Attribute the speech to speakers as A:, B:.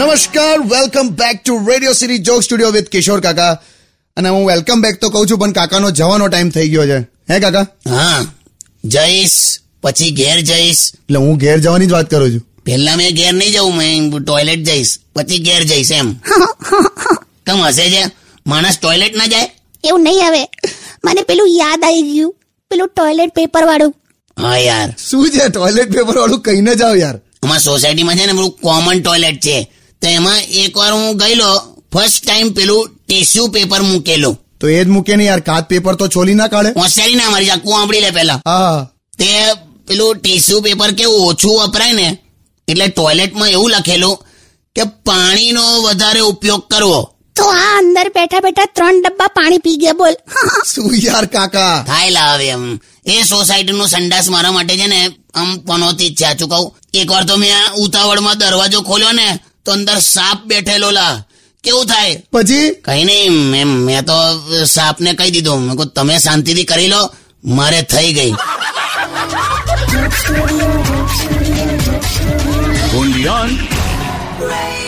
A: નમસ્કાર welcome back to radio city joke studio with Kishore કાકા અને હું વેલકમ બેક તો કહું છું પણ કાકાનો જવાનો ટાઈમ થઈ ગયો છે હે કાકા
B: હા જઈશ પછી ઘેર જઈશ
A: એટલે હું ઘેર જવાની જ વાત કરું છું
B: પહેલા મેં ઘેર નહીં જવું મેં ટોયલેટ જઈશ પછી ઘેર જઈશ એમ તમ હશે છે માણસ ટોયલેટ ના જાય
C: એવું નહીં આવે મને પેલું યાદ આવી ગયું પેલું ટોયલેટ પેપર વાળું
B: હા યાર
A: શું છે ટોયલેટ પેપર વાળું કહીને જાઓ યાર
B: અમારા સોસાયટીમાં છે ને પેલું કોમન ટોયલેટ છે તો એમાં એકવાર હું ગયેલો ફર્સ્ટ ટાઈમ પેલું ટીશ્યુ પેપર મૂકેલું
A: તો એ જ મૂકે ને યાર કાચ પેપર તો છોલી ના કાઢે
B: હોશિયારી ના મારી જાકું સાંભળી લે પહેલા
A: હા
B: તે પેલું ટીશ્યુ પેપર કેવું ઓછું વપરાય ને એટલે ટોયલેટમાં એવું લખેલું કે પાણીનો વધારે ઉપયોગ કરવો
C: તો આ અંદર બેઠા બેઠા ત્રણ ડબ્બા પાણી પી ગયા બોલ
A: શું યાર કાકા
B: થાય લાવે એમ એ સોસાયટીનું સંડાસ મારા માટે છે ને આમ પનોતી જ છે આચું કહું એકવાર તો મેં આ ઉતાવળમાં દરવાજો ખોલ્યો ને તો અંદર સાપ બેઠેલો લા કેવું થાય
A: પછી
B: કઈ નહીં એમ મેં તો સાપને કહી દીધું મેં કહ્યું તમે શાંતિથી કરી લો મારે થઈ ગઈ
D: Undian.
C: હા